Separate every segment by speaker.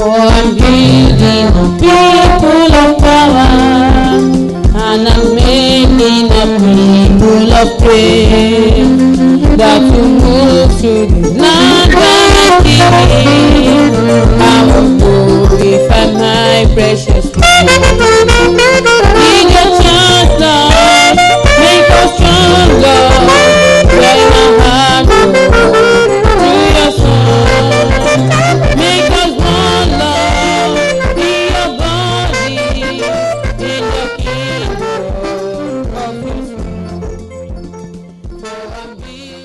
Speaker 1: I'm building a people of power, and I'm making a people of prayer that will move to the land king. I will glorify my precious Lord. Make us strong, Lord. Make us strong, Lord. Where my heart goes, through your son. Make us one, Lord. Be your body in the kingdom of his love. For I'm building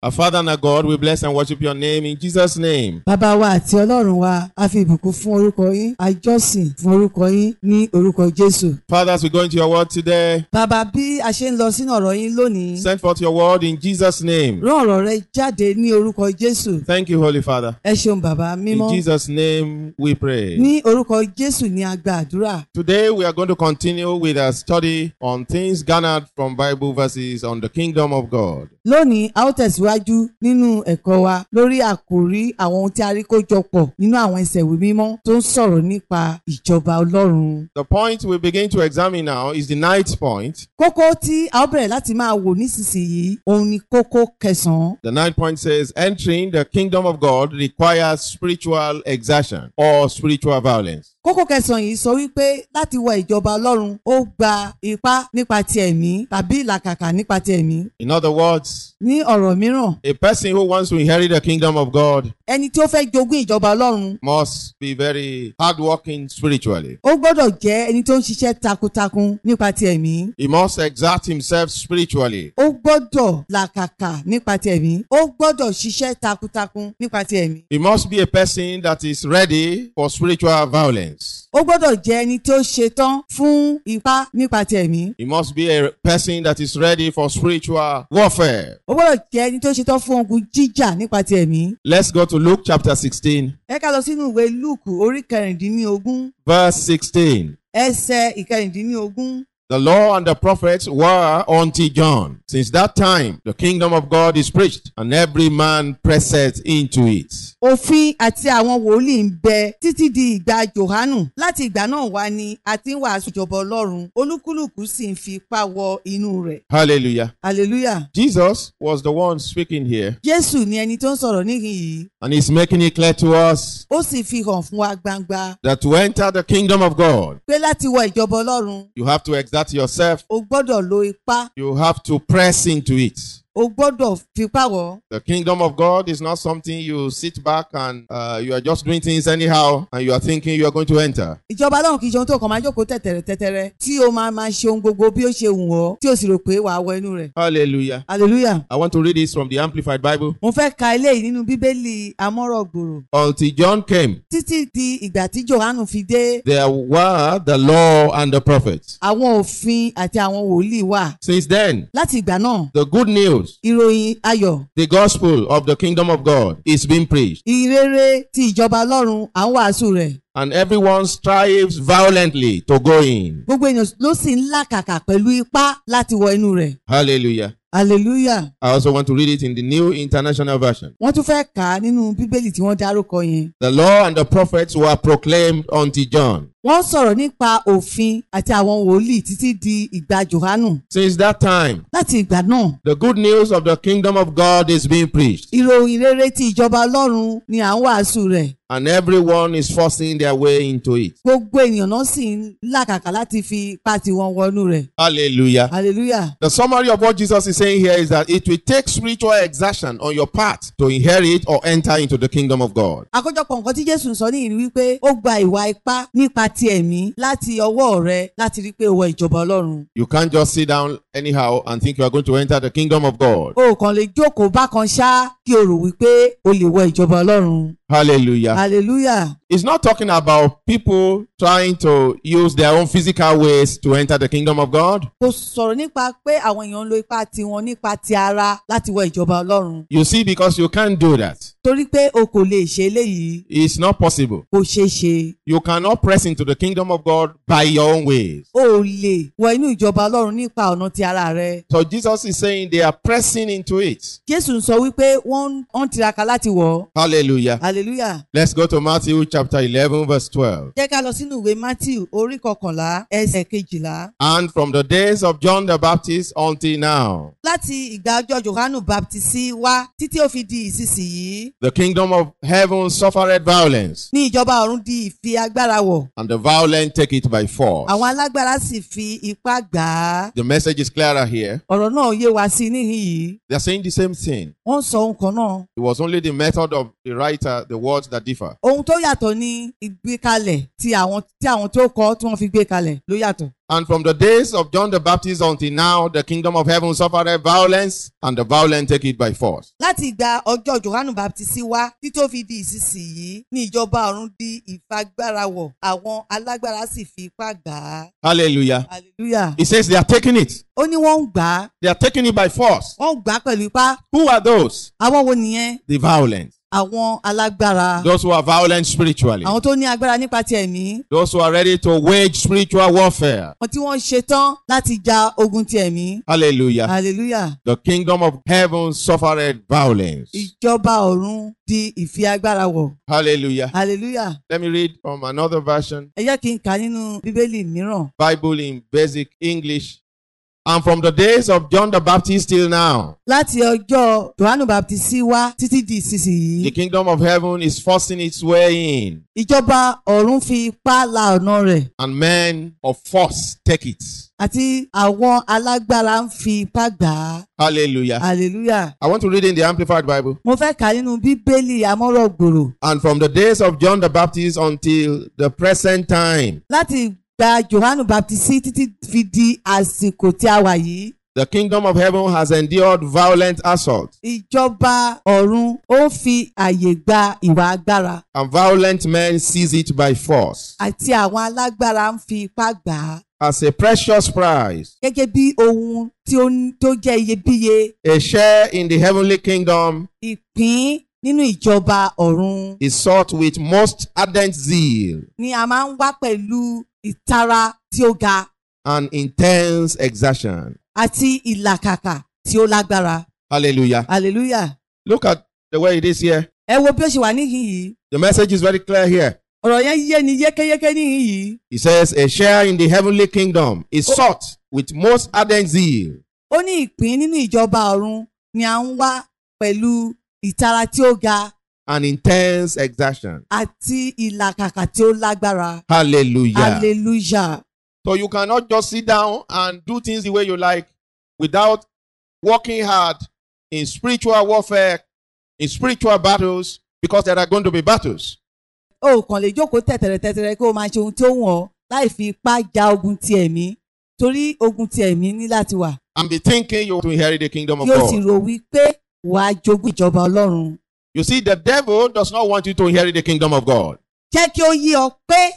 Speaker 2: Our Father and our God, we bless and worship your name in Jesus' name.
Speaker 3: bàbá wa àti ọlọ́run wa a fi ìbùkún fún orúkọ yín àjọsìn fún orúkọ yín ní orúkọ jésù.
Speaker 2: Father, as we go into your word today,
Speaker 3: bàbá bí a ṣe ń lọ sínú ọ̀rọ̀ yín lónìí
Speaker 2: send forth your word in Jesus' name.
Speaker 3: rán ọ̀rọ̀ rẹ jáde ní orúkọ jésù
Speaker 2: Thank you, Holy Father.
Speaker 3: ẹ ṣeun bàbá
Speaker 2: In
Speaker 3: mímọ́
Speaker 2: Jesus' name we pray.
Speaker 3: ní orúkọ jésù ní agba àdúrà
Speaker 2: Today we are going to continue with our study on things garnered from Bible verses on the kingdom of God.
Speaker 3: lónìí a ó tẹ̀síwájú nínú ẹ̀kọ́ wa lórí àkòrí àwọn ohun tí a rí kó jọ pọ̀ nínú àwọn ẹsẹ̀ ìwé mímọ́ tó ń sọ̀rọ̀ nípa ìjọba ọlọ́run
Speaker 2: The point we begin to examine now is the ninth point.
Speaker 3: kókó tí a ó bẹ̀rẹ̀ láti máa wò nísinsìnyí òun ni kókó kẹsàn-án
Speaker 2: The ninth point says entering the kingdom of God requires spiritual exertion or spiritual violence.
Speaker 3: kókó kẹsàn-án yìí sọ wípé láti wọ ìjọba ọlọ́run ó gba ipá nípa ti ẹ̀mí tàbí ìlàkàkà nípa ti ẹ̀mí
Speaker 2: In other words,
Speaker 3: ní ọ̀rọ̀ mìíràn
Speaker 2: a person who wants to inherit the kingdom of God
Speaker 3: ẹni tí ó fẹ́ jogún ìjọba ọlọ́run
Speaker 2: must be very hardworking spiritually.
Speaker 3: ó gbọ́dọ̀ jẹ́ ẹni tó ń ṣiṣẹ́ takuntakun nípa ti ẹ̀mí
Speaker 2: He must exert himself spiritually.
Speaker 3: ó gbọ́dọ̀ làkàkà nípa ti ẹ̀mí ó gbọ́dọ̀ ṣiṣẹ́ takuntakun nípa ti ẹ̀mí
Speaker 2: He must be a person that is ready for spiritual violence.
Speaker 3: ó gbọ́dọ̀ jẹ́ ẹni tó ṣetán fún ipá nípa ti ẹ̀mí
Speaker 2: He must be a person that is ready for spiritual warfare.
Speaker 3: ó gbọ́dọ̀ jẹ́ ẹni tó ṣetán fún ogun jíjà nípa ti ẹ̀mí
Speaker 2: Let's go to Luke chapter 16,
Speaker 3: ẹ ká lọ sínú ìwé lúùkù orí kẹrìndínlógún
Speaker 2: verse 16.
Speaker 3: ẹsẹ̀ ìkẹrìndínlógún
Speaker 2: The law and the prophets were unto John. Since that time, the kingdom of God is preached, and every man presseth into it.
Speaker 3: òfin àti àwọn wòlíì ń bẹ títí di ìgbà Jòhánù láti ìgbà náà wá ni a ti ń wàásù ìjọba Ọlọ́run olúkúlùkù sì ń fi ipá wọ inú rẹ̀
Speaker 2: Hallelujah.
Speaker 3: hallelujah
Speaker 2: Jesus was the one speaking here,
Speaker 3: Jésù ni ẹni tó ń sọ̀rọ̀ níhìn yìí
Speaker 2: and he's making it clear to us
Speaker 3: ó sì fi hàn fún wa gbangba
Speaker 2: that to enter the kingdom of God,
Speaker 3: pé láti wọ ìjọba Ọlọ́run
Speaker 2: you have to exert yourself,
Speaker 3: o gbọ́dọ̀ lo ipá
Speaker 2: you have to press into it.
Speaker 3: o gbọ́dọ̀ fipá wọ̀ ọ́.
Speaker 2: The kingdom of God is not something you sit back and uh, you are just doing things anyhow and you are thinking you are going to enter.
Speaker 3: ìjọba Ọlọ́run kì í ṣe ohun tó kàn máa jókòó tẹ̀tẹ̀rẹ̀ tẹ̀tẹ̀rẹ̀ tí o máa máa ṣe ohun gbogbo bí ó ṣe wù ọ́ tí o sì rò pé wàá wọ inú rẹ̀
Speaker 2: Hallelujah.
Speaker 3: hallelujah
Speaker 2: I want to read this from the Amplified Bible.
Speaker 3: mo fẹ́ ka eléyìí nínú bíbélì amọ́rọ̀gbòrò
Speaker 2: Until John came,
Speaker 3: títí di ìgbà tí Jòhánù fi dé
Speaker 2: there were the law and the prophets.
Speaker 3: àwọn òfin àti àwọn wòlíì wà
Speaker 2: Since then,
Speaker 3: láti ìgbà náà
Speaker 2: the good news,
Speaker 3: ìròyìn ayọ̀
Speaker 2: the gospel of the kingdom of God, is being preached,
Speaker 3: ìrere ti ìjọba Ọlọ́run à ń wàásù rẹ̀
Speaker 2: and everyone strives violently to go in.
Speaker 3: gbogbo èèyàn ló sì ń làkàkà pẹ̀lú ipá láti wọ inú rẹ̀
Speaker 2: Hallelujah.
Speaker 3: hallelujah
Speaker 2: I also want to read it in the New International Version.
Speaker 3: wọ́n tún fẹ́ kà á nínú bíbélì tí wọ́n dárúkọ yẹn
Speaker 2: The law and the prophets were proclaimed unto John.
Speaker 3: wọ́n sọ̀rọ̀ nípa òfin àti àwọn wòlíì títí di ìgbà Jòhánù
Speaker 2: Since that time,
Speaker 3: láti ìgbà náà
Speaker 2: the good news of the kingdom of God is being preached,
Speaker 3: ìròyìn rere ti ìjọba Ọlọ́run ni à ń wàásù rẹ̀
Speaker 2: and everyone is forcing their way into it.
Speaker 3: gbogbo ènìyàn náà sì ń làkàkà láti fi ipá tiwọn wọnú rẹ̀
Speaker 2: Hallelujah.
Speaker 3: hallelujah
Speaker 2: The summary of what Jesus is saying here is that it will take spiritual exertion on your part to inherit or enter into the kingdom of God.
Speaker 3: àkójọpọ̀ nǹkan tí Jésù ń sọ ní ìrí wípé ó gba ìwà ipá nípa ti ẹ̀mí láti ọwọ́ rẹ láti rí pé o wọ ìjọba Ọlọ́run
Speaker 2: You can't just sit down anyhow and think you are going to enter the kingdom of God.
Speaker 3: o kàn lè jókòó bákan ṣá kí o rò wípé o lè wọ ìjọba Ọlọ́run
Speaker 2: Hallelujah.
Speaker 3: hallelujah
Speaker 2: It's not talking about people trying to use their own physical ways to enter the kingdom of God.
Speaker 3: kò sọ̀rọ̀ nípa pé àwọn èèyàn ń lo ipá tiwọn nípa ti ara láti wọ ìjọba Ọlọ́run
Speaker 2: You see, because you can't do that.
Speaker 3: torí pé o kò lè ṣe eléyìí
Speaker 2: It's not possible.
Speaker 3: kò ṣeé ṣe
Speaker 2: You cannot press into the kingdom of God by your own ways.
Speaker 3: o ò lè wọ inú ìjọba Ọlọ́run nípa ọ̀nà ti ara rẹ.
Speaker 2: So Jesus is saying they are pressing into it.
Speaker 3: Jésù ń sọ wípé wọ́n ń- wọ́n ń tiraka láti wọ̀ ọ́.
Speaker 2: Hallelujah.
Speaker 3: Hallelujah.
Speaker 2: Let's go to Matthew chapter 11, verse 12.
Speaker 3: Jẹ́ ká lọ sínú ìwé Matthew orí kọkànlá ẹsẹ̀ kejìlá.
Speaker 2: And from the days of John the Baptist until now,
Speaker 3: Láti ìgbà ọjọ́ Jòhánù Baptisi wá títí ó fi di ìsinsìnyí.
Speaker 2: the kingdom of heaven suffered violence,
Speaker 3: Ní ìjọba ọ̀run di ìfi agbára wọ̀.
Speaker 2: and the violent take it by force.
Speaker 3: Àwọn alágbára sì fi ipá gbà á.
Speaker 2: The message is clearer here.
Speaker 3: Ọ̀rọ̀ náà yé wa sí i níhìn yìí.
Speaker 2: They are saying the same thing.
Speaker 3: Wọ́n ń sọ ohun kan náà.
Speaker 2: It was only the method of the writer, the words that differ.
Speaker 3: Ohun tó yàtọ̀ ni ìgbékalẹ̀ tí àwọn tí àwọn tó kọ tí wọ́n fi gbé kalẹ̀ ló yàtọ̀.
Speaker 2: And from the days of John the Baptist until now, the kingdom of heaven suffered violence, and the violent take it by force.
Speaker 3: Láti ìgbà ọjọ́ Jòhánù Baptisi wá tí tó fi di ìsinsìnyí ní ìjọba ọ̀run di ìfagbára wọ̀ àwọn alágbára sì fi ipá gbà á.
Speaker 2: Hallelujah.
Speaker 3: Hallelujah.
Speaker 2: He says they are taking it.
Speaker 3: Ó ní wọ́n ń gbà á
Speaker 2: They are taking it by force.
Speaker 3: wọ́n ń gbà á pẹ̀lú ipá.
Speaker 2: Who are those?
Speaker 3: Àwọn wo nìyẹn?
Speaker 2: The violent.
Speaker 3: Àwọn alágbára.
Speaker 2: Those who are violent spiritually.
Speaker 3: Àwọn tó ní agbára nípa ti ẹ̀mí.
Speaker 2: Those who are ready to wage spiritual warfare.
Speaker 3: Àwọn tí wọ́n ṣetán láti ja ogun ti ẹ̀mí.
Speaker 2: Hallelujah.
Speaker 3: Hallelujah.
Speaker 2: The kingdom of heaven suffered violence.
Speaker 3: Ìjọba ọ̀run di ìfi agbára wọ̀.
Speaker 2: Hallelujah.
Speaker 3: Hallelujah.
Speaker 2: Let me read from another version.
Speaker 3: Ẹ jẹ́ kí n kà á nínú Bíbélì mìíràn.
Speaker 2: Bible in basic English. And from the days of John the Baptist till now,
Speaker 3: Láti ọjọ́ Jòhánù Baptisi wá títí di ìsinsìnyí.
Speaker 2: the kingdom of heaven is forcing its way in,
Speaker 3: Ìjọba ọ̀run fi ipá la ọ̀nà rẹ̀
Speaker 2: and men of force take it.
Speaker 3: àti àwọn alágbára ń fi ipá gbà á.
Speaker 2: Hallelujah.
Speaker 3: Hallelujah.
Speaker 2: I want to read in the Amplified Bible.
Speaker 3: Mo fẹ́ kà á nínú Bíbélì amọ́rọ̀gbòrò.
Speaker 2: And from the days of John the Baptist until the present time,
Speaker 3: Láti gba Jòhánù Baptisi títí fi di àsìkò tí a wà yìí.
Speaker 2: the kingdom of heaven has endured violent assault
Speaker 3: Ìjọba ọ̀run ó fi àyè gba ìwà agbára
Speaker 2: and violent men seize it by force
Speaker 3: àti àwọn alágbára ń fi ipá gbà á.
Speaker 2: as a precious prize,
Speaker 3: gẹ́gẹ́ bí ohun tí ó ń- tó jẹ́ iyebíye
Speaker 2: a share in the heavenly kingdom
Speaker 3: ìpín nínú ìjọba ọ̀run
Speaker 2: is sought with most ardent zeal
Speaker 3: ni a máa ń wá pẹ̀lú ìtara tí ó ga
Speaker 2: and intense exertion.
Speaker 3: àti ìlàkàkà tí ó lágbára
Speaker 2: Hallelujah.
Speaker 3: hallelujah
Speaker 2: Look at the way it is here.
Speaker 3: ẹ wo bí ó ṣe wà níhìn yìí
Speaker 2: The message is very clear here.
Speaker 3: ọ̀rọ̀ yẹn yé ni yékéyéké níhìn yìí
Speaker 2: It says, A share in the heavenly kingdom is sought with most ardent zeal
Speaker 3: ó ní ìpín nínú ìjọba ọ̀run ni a ń wá pẹ̀lú ìtara tí ó ga
Speaker 2: and intense exertion.
Speaker 3: àti ìlàkàkà tí ó lágbára
Speaker 2: Hallelujah.
Speaker 3: hallelujah
Speaker 2: So you cannot just sit down and do things the way you like without working hard in spiritual warfare, in spiritual battles, because there are going to be battles.
Speaker 3: o kàn lè jókòó tẹ̀tẹ̀rẹ̀tẹ̀tẹ̀rẹ̀ kí o máa ṣe ohun tí ó wọ̀n ọ́ láì fi ipá ja ogun ti ẹ̀mí torí ogun ti ẹ̀mí ní láti wà
Speaker 2: And be thinking you will inherit the kingdom of
Speaker 3: yóò sì
Speaker 2: God.
Speaker 3: rò wípé wà á jogún ìjọba ọlọ́run.
Speaker 2: You see, the devil does not want you to inherit the kingdom of God.
Speaker 3: jẹ́ kí ó yí ọ pé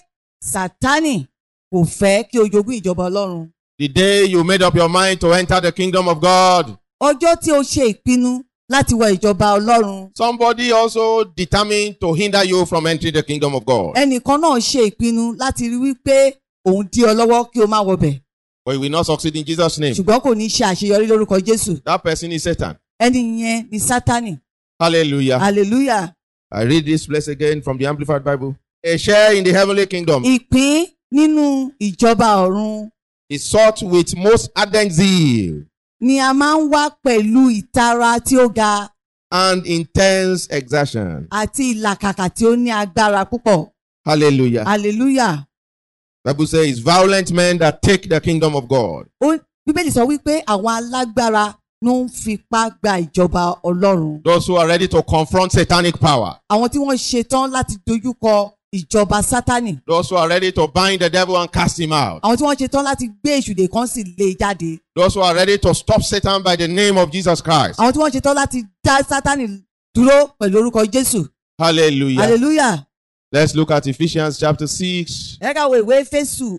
Speaker 3: sátánì kò fẹ́ kí o jogún ìjọba ọlọ́run.
Speaker 2: The day you made up your mind to enter the kingdom of God,
Speaker 3: ọjọ́ tí o ṣe ìpinnu láti wọ ìjọba ọlọ́run
Speaker 2: somebody also determined to hinder you from entering the kingdom of God.
Speaker 3: ẹnìkan náà ṣe ìpinnu láti rí wípé òun dí ọ lọ́wọ́ kí o má wọbẹ̀
Speaker 2: But you will not succeed in Jesus' name.
Speaker 3: ṣùgbọ́n kò ní ṣe àṣeyọrí lórúkọ jésù
Speaker 2: That person is Satan.
Speaker 3: ẹni yẹn ni sátánì
Speaker 2: Hallelujah.
Speaker 3: hallelujah.
Speaker 2: I read this place again from the Amplified Bible. A share in the heavenly kingdom
Speaker 3: ìpín nínú ìjọba ọ̀run
Speaker 2: is sought with most ardent zeal
Speaker 3: ni a máa ń wá pẹ̀lú ìtara tí ó ga
Speaker 2: and intense exertion.
Speaker 3: àti ìlàkàkà tí ó ní agbára púpọ̀
Speaker 2: Hallelujah.
Speaker 3: hallelujah
Speaker 2: Bible says violent men that take the kingdom of God.
Speaker 3: ó bíbélì sọ wípé àwọn alágbára ló ń fipá gba ìjọba ọlọ́run
Speaker 2: Those who are ready to confront satanic power.
Speaker 3: àwọn tí wọ́n ṣetán láti dojúkọ ìjọba sátánì
Speaker 2: Those who are ready to bind the devil and cast him out.
Speaker 3: àwọn tí wọ́n ṣetán láti gbé èṣùdè kan sì lé e jáde
Speaker 2: Those who are ready to stop Satan by the name of Jesus Christ.
Speaker 3: àwọn tí wọ́n ṣetán láti dá sátánì dúró pẹ̀lú orúkọ jésù
Speaker 2: Hallelujah.
Speaker 3: hallelujah.
Speaker 2: Let's look at Ephesians chapter 6,
Speaker 3: ẹ ká wo ìwé fésù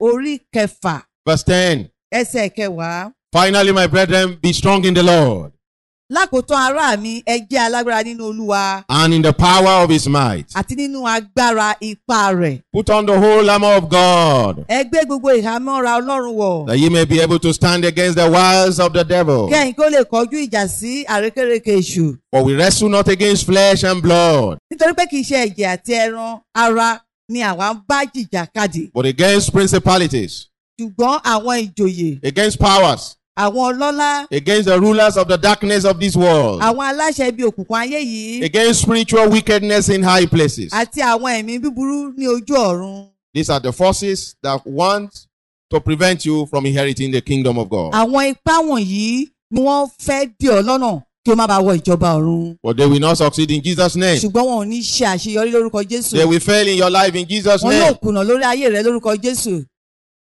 Speaker 3: orí kẹfà
Speaker 2: verse 10.
Speaker 3: ẹsẹ̀ kẹwàá
Speaker 2: Finally, my brethren, be strong in the Lord
Speaker 3: lákòótán ará mi ẹ jẹ́ alágbára nínú olúwa
Speaker 2: and in the power of his might.
Speaker 3: àti nínú agbára ipá rẹ̀.
Speaker 2: Put on the whole armor of God,
Speaker 3: ẹ gbé gbogbo ìhámọ́ra ọlọ́run wọ̀.
Speaker 2: that ye may be able to stand against the wiles of the devil.
Speaker 3: kẹ́yìn kó lè kọjú ìjà sí àrékérekè èṣù.
Speaker 2: For we wrestle not against flesh and blood,
Speaker 3: nítorí pé kì í ṣe ẹ̀jẹ̀ àti ẹran ara ni àwa ń bá jìjàkadì
Speaker 2: but against principalities,
Speaker 3: ṣùgbọ́n àwọn ìjòyè
Speaker 2: against powers,
Speaker 3: àwọn ọlọ́lá
Speaker 2: against the rulers of the darkness of this world,
Speaker 3: àwọn aláṣẹ ibi òkùnkùn ayé yìí
Speaker 2: against spiritual wickedness in high places.
Speaker 3: àti àwọn ẹ̀mí búburú ní ojú ọ̀run.
Speaker 2: These are the forces that want to prevent you from inheriting the kingdom of God.
Speaker 3: àwọn ipá wọ̀nyí ni wọ́n fẹ́ dí ọ lọ́nà kí o má bàa wọ ìjọba ọ̀run
Speaker 2: But they will not succeed in Jesus' name.
Speaker 3: ṣùgbọ́n wọn ò ní ṣe àṣeyọrí lórúkọ Jésù
Speaker 2: They will fail in your life in Jesus'
Speaker 3: wọn yóò
Speaker 2: name.
Speaker 3: kùnà lórí ayé rẹ lórúkọ Jésù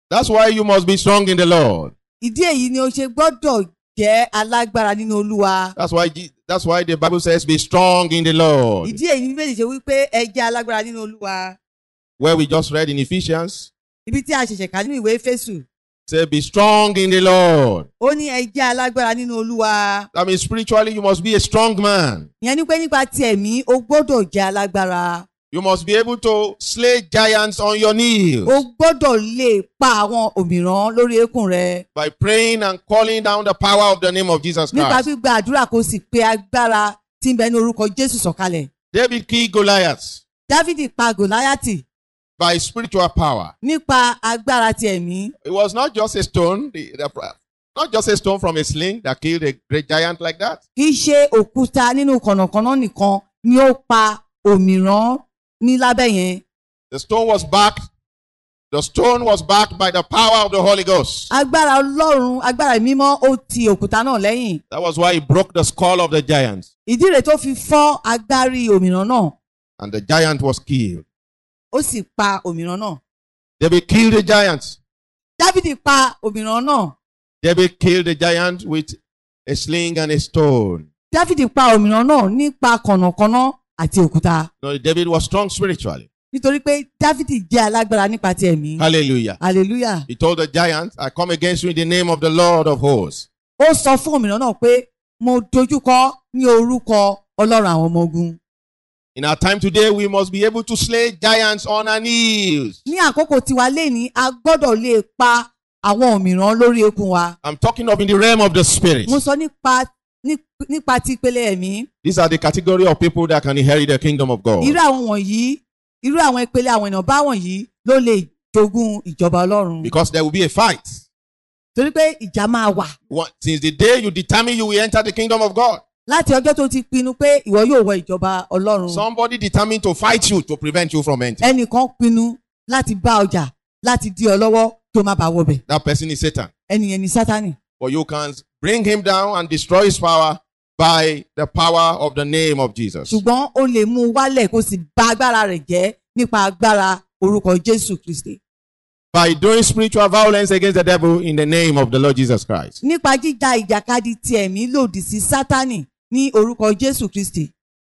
Speaker 2: That's why you must be strong in the Lord.
Speaker 3: ìdí èyí ni o ṣe gbọ́dọ̀ jẹ́ alágbára nínú Olúwa
Speaker 2: That's why Je- that's why the Bible says be strong in the Lord.
Speaker 3: ìdí èyí ni bíbélì ṣe wípé ẹ jẹ́ alágbára nínú Olúwa.
Speaker 2: Where we just read in Ephesians,
Speaker 3: ibi tí a ṣẹ̀ṣẹ̀ kà nínú ìwé Éfésù
Speaker 2: say be strong in the Lord.
Speaker 3: ó ní ẹ jẹ́ alágbára nínú olúwa
Speaker 2: That means spiritually you must be a strong man.
Speaker 3: ìyẹn ni pé nípa ti ẹ̀mí o gbọ́dọ̀ jẹ́ alágbára
Speaker 2: You must be able to slay giants on your knees
Speaker 3: o gbọ́dọ̀ lè pa àwọn òmíràn lórí eékún rẹ
Speaker 2: by praying and calling down the power of the name of Jesus
Speaker 3: nípa
Speaker 2: Christ.
Speaker 3: gbígba àdúrà kó o sì pe agbára tí ń bẹ ní orúkọ Jésù sọ̀kalẹ̀
Speaker 2: David killed Goliath
Speaker 3: Dáfídì pa Gòláyátì
Speaker 2: by spiritual power.
Speaker 3: nípa agbára ti ẹ̀mí
Speaker 2: It was not just a stone, the- the- not just a stone from a sling that killed a great giant like that.
Speaker 3: kì í ṣe òkúta nínú kànnàkànnà nìkan ni ó pa òmíràn ní lábẹ́ yẹn
Speaker 2: The stone was backed. The stone was backed by the power of the Holy Ghost.
Speaker 3: agbára Ọlọ́run agbára mímọ́ ó ti òkúta náà lẹ́yìn
Speaker 2: That was why he broke the skull of the giant,
Speaker 3: ìdí rẹ̀ tó fi fọ́ agbárí òmíràn náà
Speaker 2: and the giant was killed.
Speaker 3: ó sì pa òmíràn náà
Speaker 2: David killed the giant.
Speaker 3: dávidi pa òmíràn náà
Speaker 2: David killed the giant with a sling and a stone.
Speaker 3: dávidi pa òmíràn náà nípa kànnàkànnà àti òkúta
Speaker 2: No, David was strong spiritually.
Speaker 3: nítorí pé dávidi jẹ́ alágbára nípa ti ẹ̀mí
Speaker 2: Hallelujah.
Speaker 3: hallelujah
Speaker 2: He told the giant, I come against you in the name of the Lord of hosts.
Speaker 3: ó sọ fún òmíràn náà pé mo dojúkọ ní orúkọ ọlọ́run àwọn ọmọ ogun
Speaker 2: In our time today, we must be able to slay giants on our knees.
Speaker 3: ní àkókò tiwa lẹ́ni a gbọ́dọ̀ lè pa àwọn òmíràn lórí eékún wa
Speaker 2: I'm talking of in the realm of the spirit.
Speaker 3: mo sọ nípa ní- nípa ti ìpele ẹ̀mí
Speaker 2: These are the category of people that can inherit the kingdom of God.
Speaker 3: irú àwọn wọ̀nyí irú àwọn ìpele àwọn ènìyàn bá wọ̀nyí ló lè jogún ìjọba ọlọ́run
Speaker 2: Because there will be a fight.
Speaker 3: torí pé ìjà máa wà
Speaker 2: What- Since the day you determine you will enter the kingdom of God,
Speaker 3: láti ọjọ́ tó ti pinnu pé ìwọ yóò wọ ìjọba ọlọ́run
Speaker 2: somebody determined to fight you to prevent you from entering.
Speaker 3: ẹnìkan pinnu láti bá ọjà láti dí ọ lọ́wọ́ kí o má bàa wọbẹ̀
Speaker 2: That person is Satan.
Speaker 3: ẹnìyẹn ni sátánì
Speaker 2: But you can bring him down and destroy his power by the power of the name of Jesus.
Speaker 3: ṣùgbọ́n o lè mú un wálẹ̀ kó o sì bà agbára rẹ̀ jẹ́ nípa agbára orúkọ jésù kristi
Speaker 2: By doing spiritual violence against the devil in the name of the Lord Jesus Christ.
Speaker 3: nípa jíjà ìjàkadì ti ẹ̀mí lòdì sí sátánì ní orúkọ jésù kristi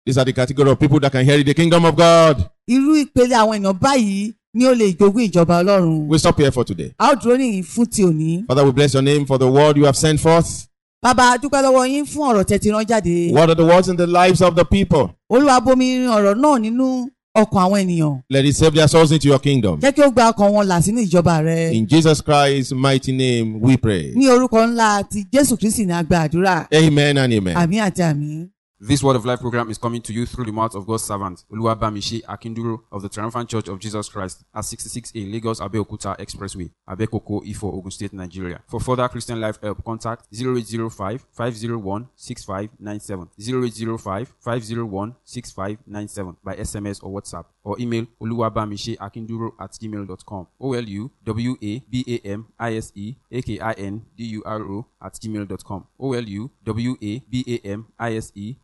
Speaker 2: These are the category of people that can inherit the kingdom of God.
Speaker 3: irú ìpele àwọn ènìyàn báyìí ni ó lè jogún ìjọba ọlọ́run
Speaker 2: We stop here for today.
Speaker 3: a ó dúró nìyí fún ti òní
Speaker 2: Father, we bless your name for the word you have sent forth.
Speaker 3: bàbá a dúpẹ́ lọ́wọ́ yín fún ọ̀rọ̀ tẹ́ ti rán jáde
Speaker 2: What are the words in the lives of the people?
Speaker 3: olúwa bomi rin ọ̀rọ̀ náà nínú ọkàn àwọn ènìyàn
Speaker 2: Let it save their souls into your kingdom.
Speaker 3: jẹ́ kí ó gba ọkàn wọn là sínú ìjọba rẹ
Speaker 2: In Jesus Christ's mighty name, we pray.
Speaker 3: ní orúkọ ńlá ti jésù kristi ní àgbà àdúrà
Speaker 2: Amen and amen.
Speaker 3: àmín àti àmín.
Speaker 4: This Word of Life program is coming to you through the mouth of God's servant, Oluwabamishi Akinduro of the Triumphant Church of Jesus Christ at 66A Lagos Abeokuta Expressway, Abekoko, Ifo, Ogun State, Nigeria. For further Christian Life Help, contact 0805 501 6597, 0805 501 6597 by SMS or WhatsApp or email oluwabamisheakinduro at gmail.com, E O-L-U-W-A-B-A-M-I-S-E-A-K-I-N-D-U-R-O at gmail.com, O-L-U-W-A-B-A-M-I-S-E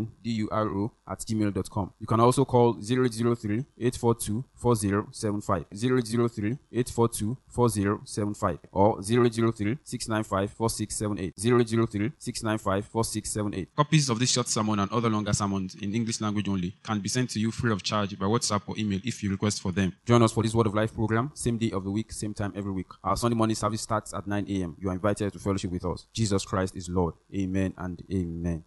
Speaker 4: akinduro at gmail.com. You can also call 003 842 4075, 003 842 4075, or 003 695 4678, 003 695 4678. Copies of this short sermon and other longer sermons in English language only can be sent to you free of charge by WhatsApp or email if you request for them. Join us for this Word of Life program, same day of the week, same time every week. Our Sunday morning service starts at 9 a.m. You are invited to fellowship with us. Jesus Christ is Lord. Amen and amen.